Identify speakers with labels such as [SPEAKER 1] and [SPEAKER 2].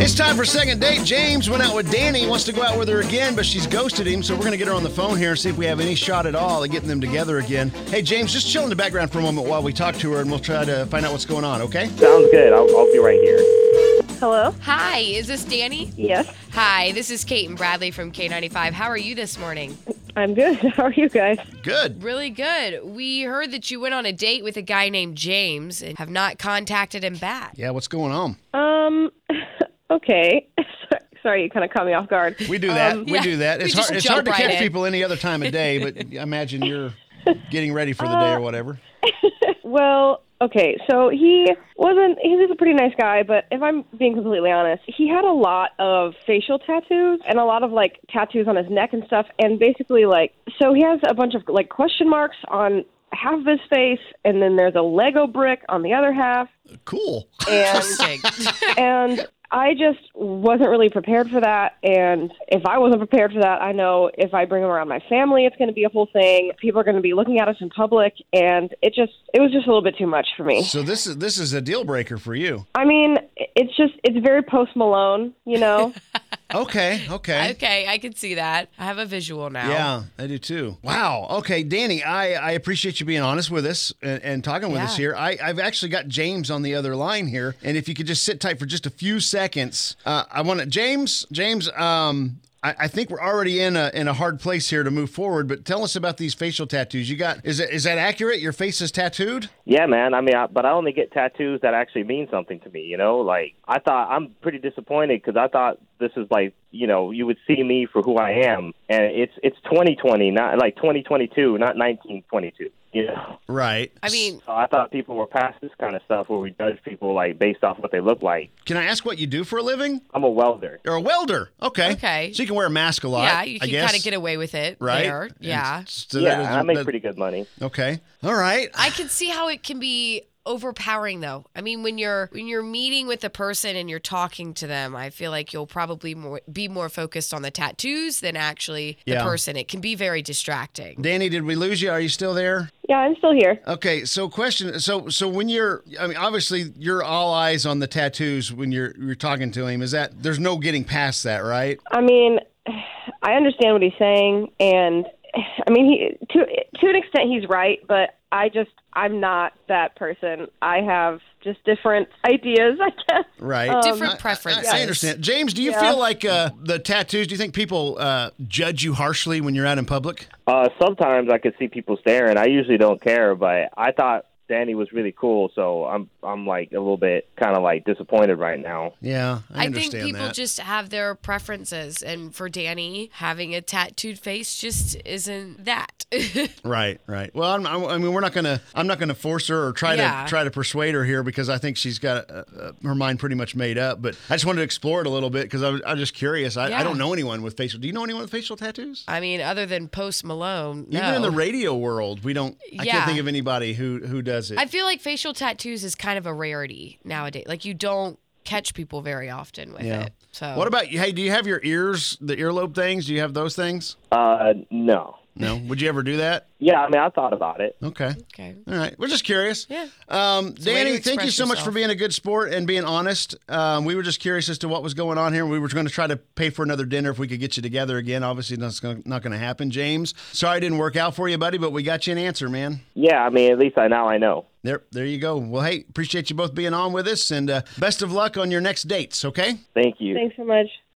[SPEAKER 1] It's time for second date. James went out with Danny, wants to go out with her again, but she's ghosted him. So we're going to get her on the phone here and see if we have any shot at all at getting them together again. Hey, James, just chill in the background for a moment while we talk to her and we'll try to find out what's going on, okay?
[SPEAKER 2] Sounds good. I'll, I'll be right here.
[SPEAKER 3] Hello?
[SPEAKER 4] Hi, is this Danny?
[SPEAKER 3] Yes,
[SPEAKER 4] Hi, this is Kate and Bradley from K95. How are you this morning?
[SPEAKER 3] I'm good. How are you guys?
[SPEAKER 1] Good.
[SPEAKER 4] Really good. We heard that you went on a date with a guy named James and have not contacted him back.
[SPEAKER 1] Yeah, what's going on?
[SPEAKER 3] Um, okay. Sorry, you kind of caught me off guard.
[SPEAKER 1] We do that. we
[SPEAKER 4] Um, yeah,
[SPEAKER 1] do that.
[SPEAKER 4] we
[SPEAKER 1] It's
[SPEAKER 4] just
[SPEAKER 1] hard, it's hard to
[SPEAKER 4] jump right
[SPEAKER 1] catch
[SPEAKER 4] in.
[SPEAKER 1] people any other time of day, but I imagine you're getting ready for the day or whatever.
[SPEAKER 3] Well, okay. So he wasn't, he was a pretty nice guy, but if I'm being completely honest, he had a lot of facial tattoos and a lot of like tattoos on his neck and stuff. And basically, like, so he has a bunch of like question marks on half of his face, and then there's a Lego brick on the other half.
[SPEAKER 1] Cool.
[SPEAKER 3] And
[SPEAKER 4] Interesting.
[SPEAKER 3] and I just wasn't really prepared for that. And if I wasn't prepared for that, I know if I bring him around my family, it's going to be a whole thing. People are going to be looking at us in public, and it just it was just a little bit too much for me.
[SPEAKER 1] So this is this is a deal breaker for you.
[SPEAKER 3] I mean, it's just it's very post Malone, you know.
[SPEAKER 1] Okay, okay.
[SPEAKER 4] okay, I can see that. I have a visual now.
[SPEAKER 1] Yeah, I do too. Wow. Okay, Danny, I, I appreciate you being honest with us and, and talking with us
[SPEAKER 4] Yeah.
[SPEAKER 1] here. I, I've actually got James on the other line here, and if you could just sit tight for just a few seconds, uh, I want to James. James, um, I, I think we're already in a in a hard place here to move forward. But tell us about these facial tattoos you got. Is it is that accurate? Your face is tattooed.
[SPEAKER 2] Yeah, man. I mean, I, but I only get tattoos that actually mean something to me. You know, like I thought I'm pretty disappointed because I thought this is like you know you would see me for who I am, and it's it's 2020, not like 2022, not 1922. You know,
[SPEAKER 1] Right.
[SPEAKER 4] I mean,
[SPEAKER 2] so I thought people were past this kind of stuff where we judge people like based off what they look like.
[SPEAKER 1] can I ask what you do for a living?
[SPEAKER 2] I'm a welder.
[SPEAKER 1] You're a welder. Okay.
[SPEAKER 4] Okay.
[SPEAKER 1] So you can wear a mask a lot.
[SPEAKER 4] yeah, you
[SPEAKER 1] I
[SPEAKER 4] can
[SPEAKER 1] guess,
[SPEAKER 4] kind of get away with it
[SPEAKER 1] right.
[SPEAKER 4] there.
[SPEAKER 1] And
[SPEAKER 4] Yeah.
[SPEAKER 1] so
[SPEAKER 2] yeah,
[SPEAKER 1] that is-
[SPEAKER 2] and I make
[SPEAKER 1] that-
[SPEAKER 2] pretty good money.
[SPEAKER 1] Okay. All right.
[SPEAKER 4] I can see how it can be overpowering though. I mean, when you're when you're meeting with a person and you're talking to them, I feel like you'll probably more, be more focused on the tattoos than actually the
[SPEAKER 1] Yeah.
[SPEAKER 4] person. It can be very distracting.
[SPEAKER 1] Danny, did we lose you? Are you still there?
[SPEAKER 3] yeah, I'm still here.
[SPEAKER 1] Okay, so question so so when you're I mean obviously you're all eyes on the tattoos when you're you're talking to him. Is that there's no getting past that, right?
[SPEAKER 3] I mean, I understand what he's saying, and I mean, he to to an extent he's right, but I just I'm not that person. I have just different ideas, I guess.
[SPEAKER 1] Right.
[SPEAKER 4] Different
[SPEAKER 1] I- I-
[SPEAKER 4] preferences.
[SPEAKER 1] I, understand. James, do you
[SPEAKER 3] Yeah.
[SPEAKER 1] feel like uh, the tattoos do you think people uh, judge you harshly when you're out in public?
[SPEAKER 2] Uh, sometimes I could see people staring. I usually don't care, but I thought Danny was really cool, so I'm I'm like a little bit kind of like disappointed right now.
[SPEAKER 1] Yeah, I,
[SPEAKER 4] I think
[SPEAKER 1] understand
[SPEAKER 4] people
[SPEAKER 1] that.
[SPEAKER 4] just have their preferences, and for Danny, having a tattooed face just isn't that.
[SPEAKER 1] Right, right. Well, I'm, I'm, I mean, we're not gonna. I'm not gonna force her or try
[SPEAKER 4] Yeah.
[SPEAKER 1] to try to persuade her here because I think she's got uh, uh, her mind pretty much made up. But I just wanted to explore it a little bit because I was, I was just curious. I, I
[SPEAKER 4] Yeah.
[SPEAKER 1] don't know anyone with facial. Do you know anyone with facial tattoos?
[SPEAKER 4] I mean, other than Post Malone, no.
[SPEAKER 1] Even in the radio world, we don't. I can't
[SPEAKER 4] Yeah.
[SPEAKER 1] think of anybody who who does it.
[SPEAKER 4] I feel like facial tattoos is kind of a rarity nowadays. Like you don't catch people very often with
[SPEAKER 1] Yeah.
[SPEAKER 4] it. So
[SPEAKER 1] what about you? Hey, do you have your ears, the earlobe things? Do you have those things?
[SPEAKER 2] Uh, no.
[SPEAKER 1] No. Would you ever do that?
[SPEAKER 2] Yeah, I mean, I thought about it.
[SPEAKER 1] Okay.
[SPEAKER 4] okay?
[SPEAKER 1] All right. We're just curious.
[SPEAKER 4] Yeah.
[SPEAKER 1] Um,
[SPEAKER 4] a way to
[SPEAKER 1] Danny, thank you
[SPEAKER 4] express
[SPEAKER 1] so much for
[SPEAKER 4] yourself.
[SPEAKER 1] being a good sport and being honest. Um, we were just curious as to what was going on here. We were going to try to pay for another dinner if we could get you together again. Obviously, that's gonna, not going to happen. James, sorry it didn't work out for you, buddy, but we got you an answer, man.
[SPEAKER 2] Yeah, I mean, at least I now I know.
[SPEAKER 1] There, there you go. Well, hey, appreciate you both being on with us, and uh, best of luck on your next dates. Okay.
[SPEAKER 2] Thank you.
[SPEAKER 3] Thanks so much.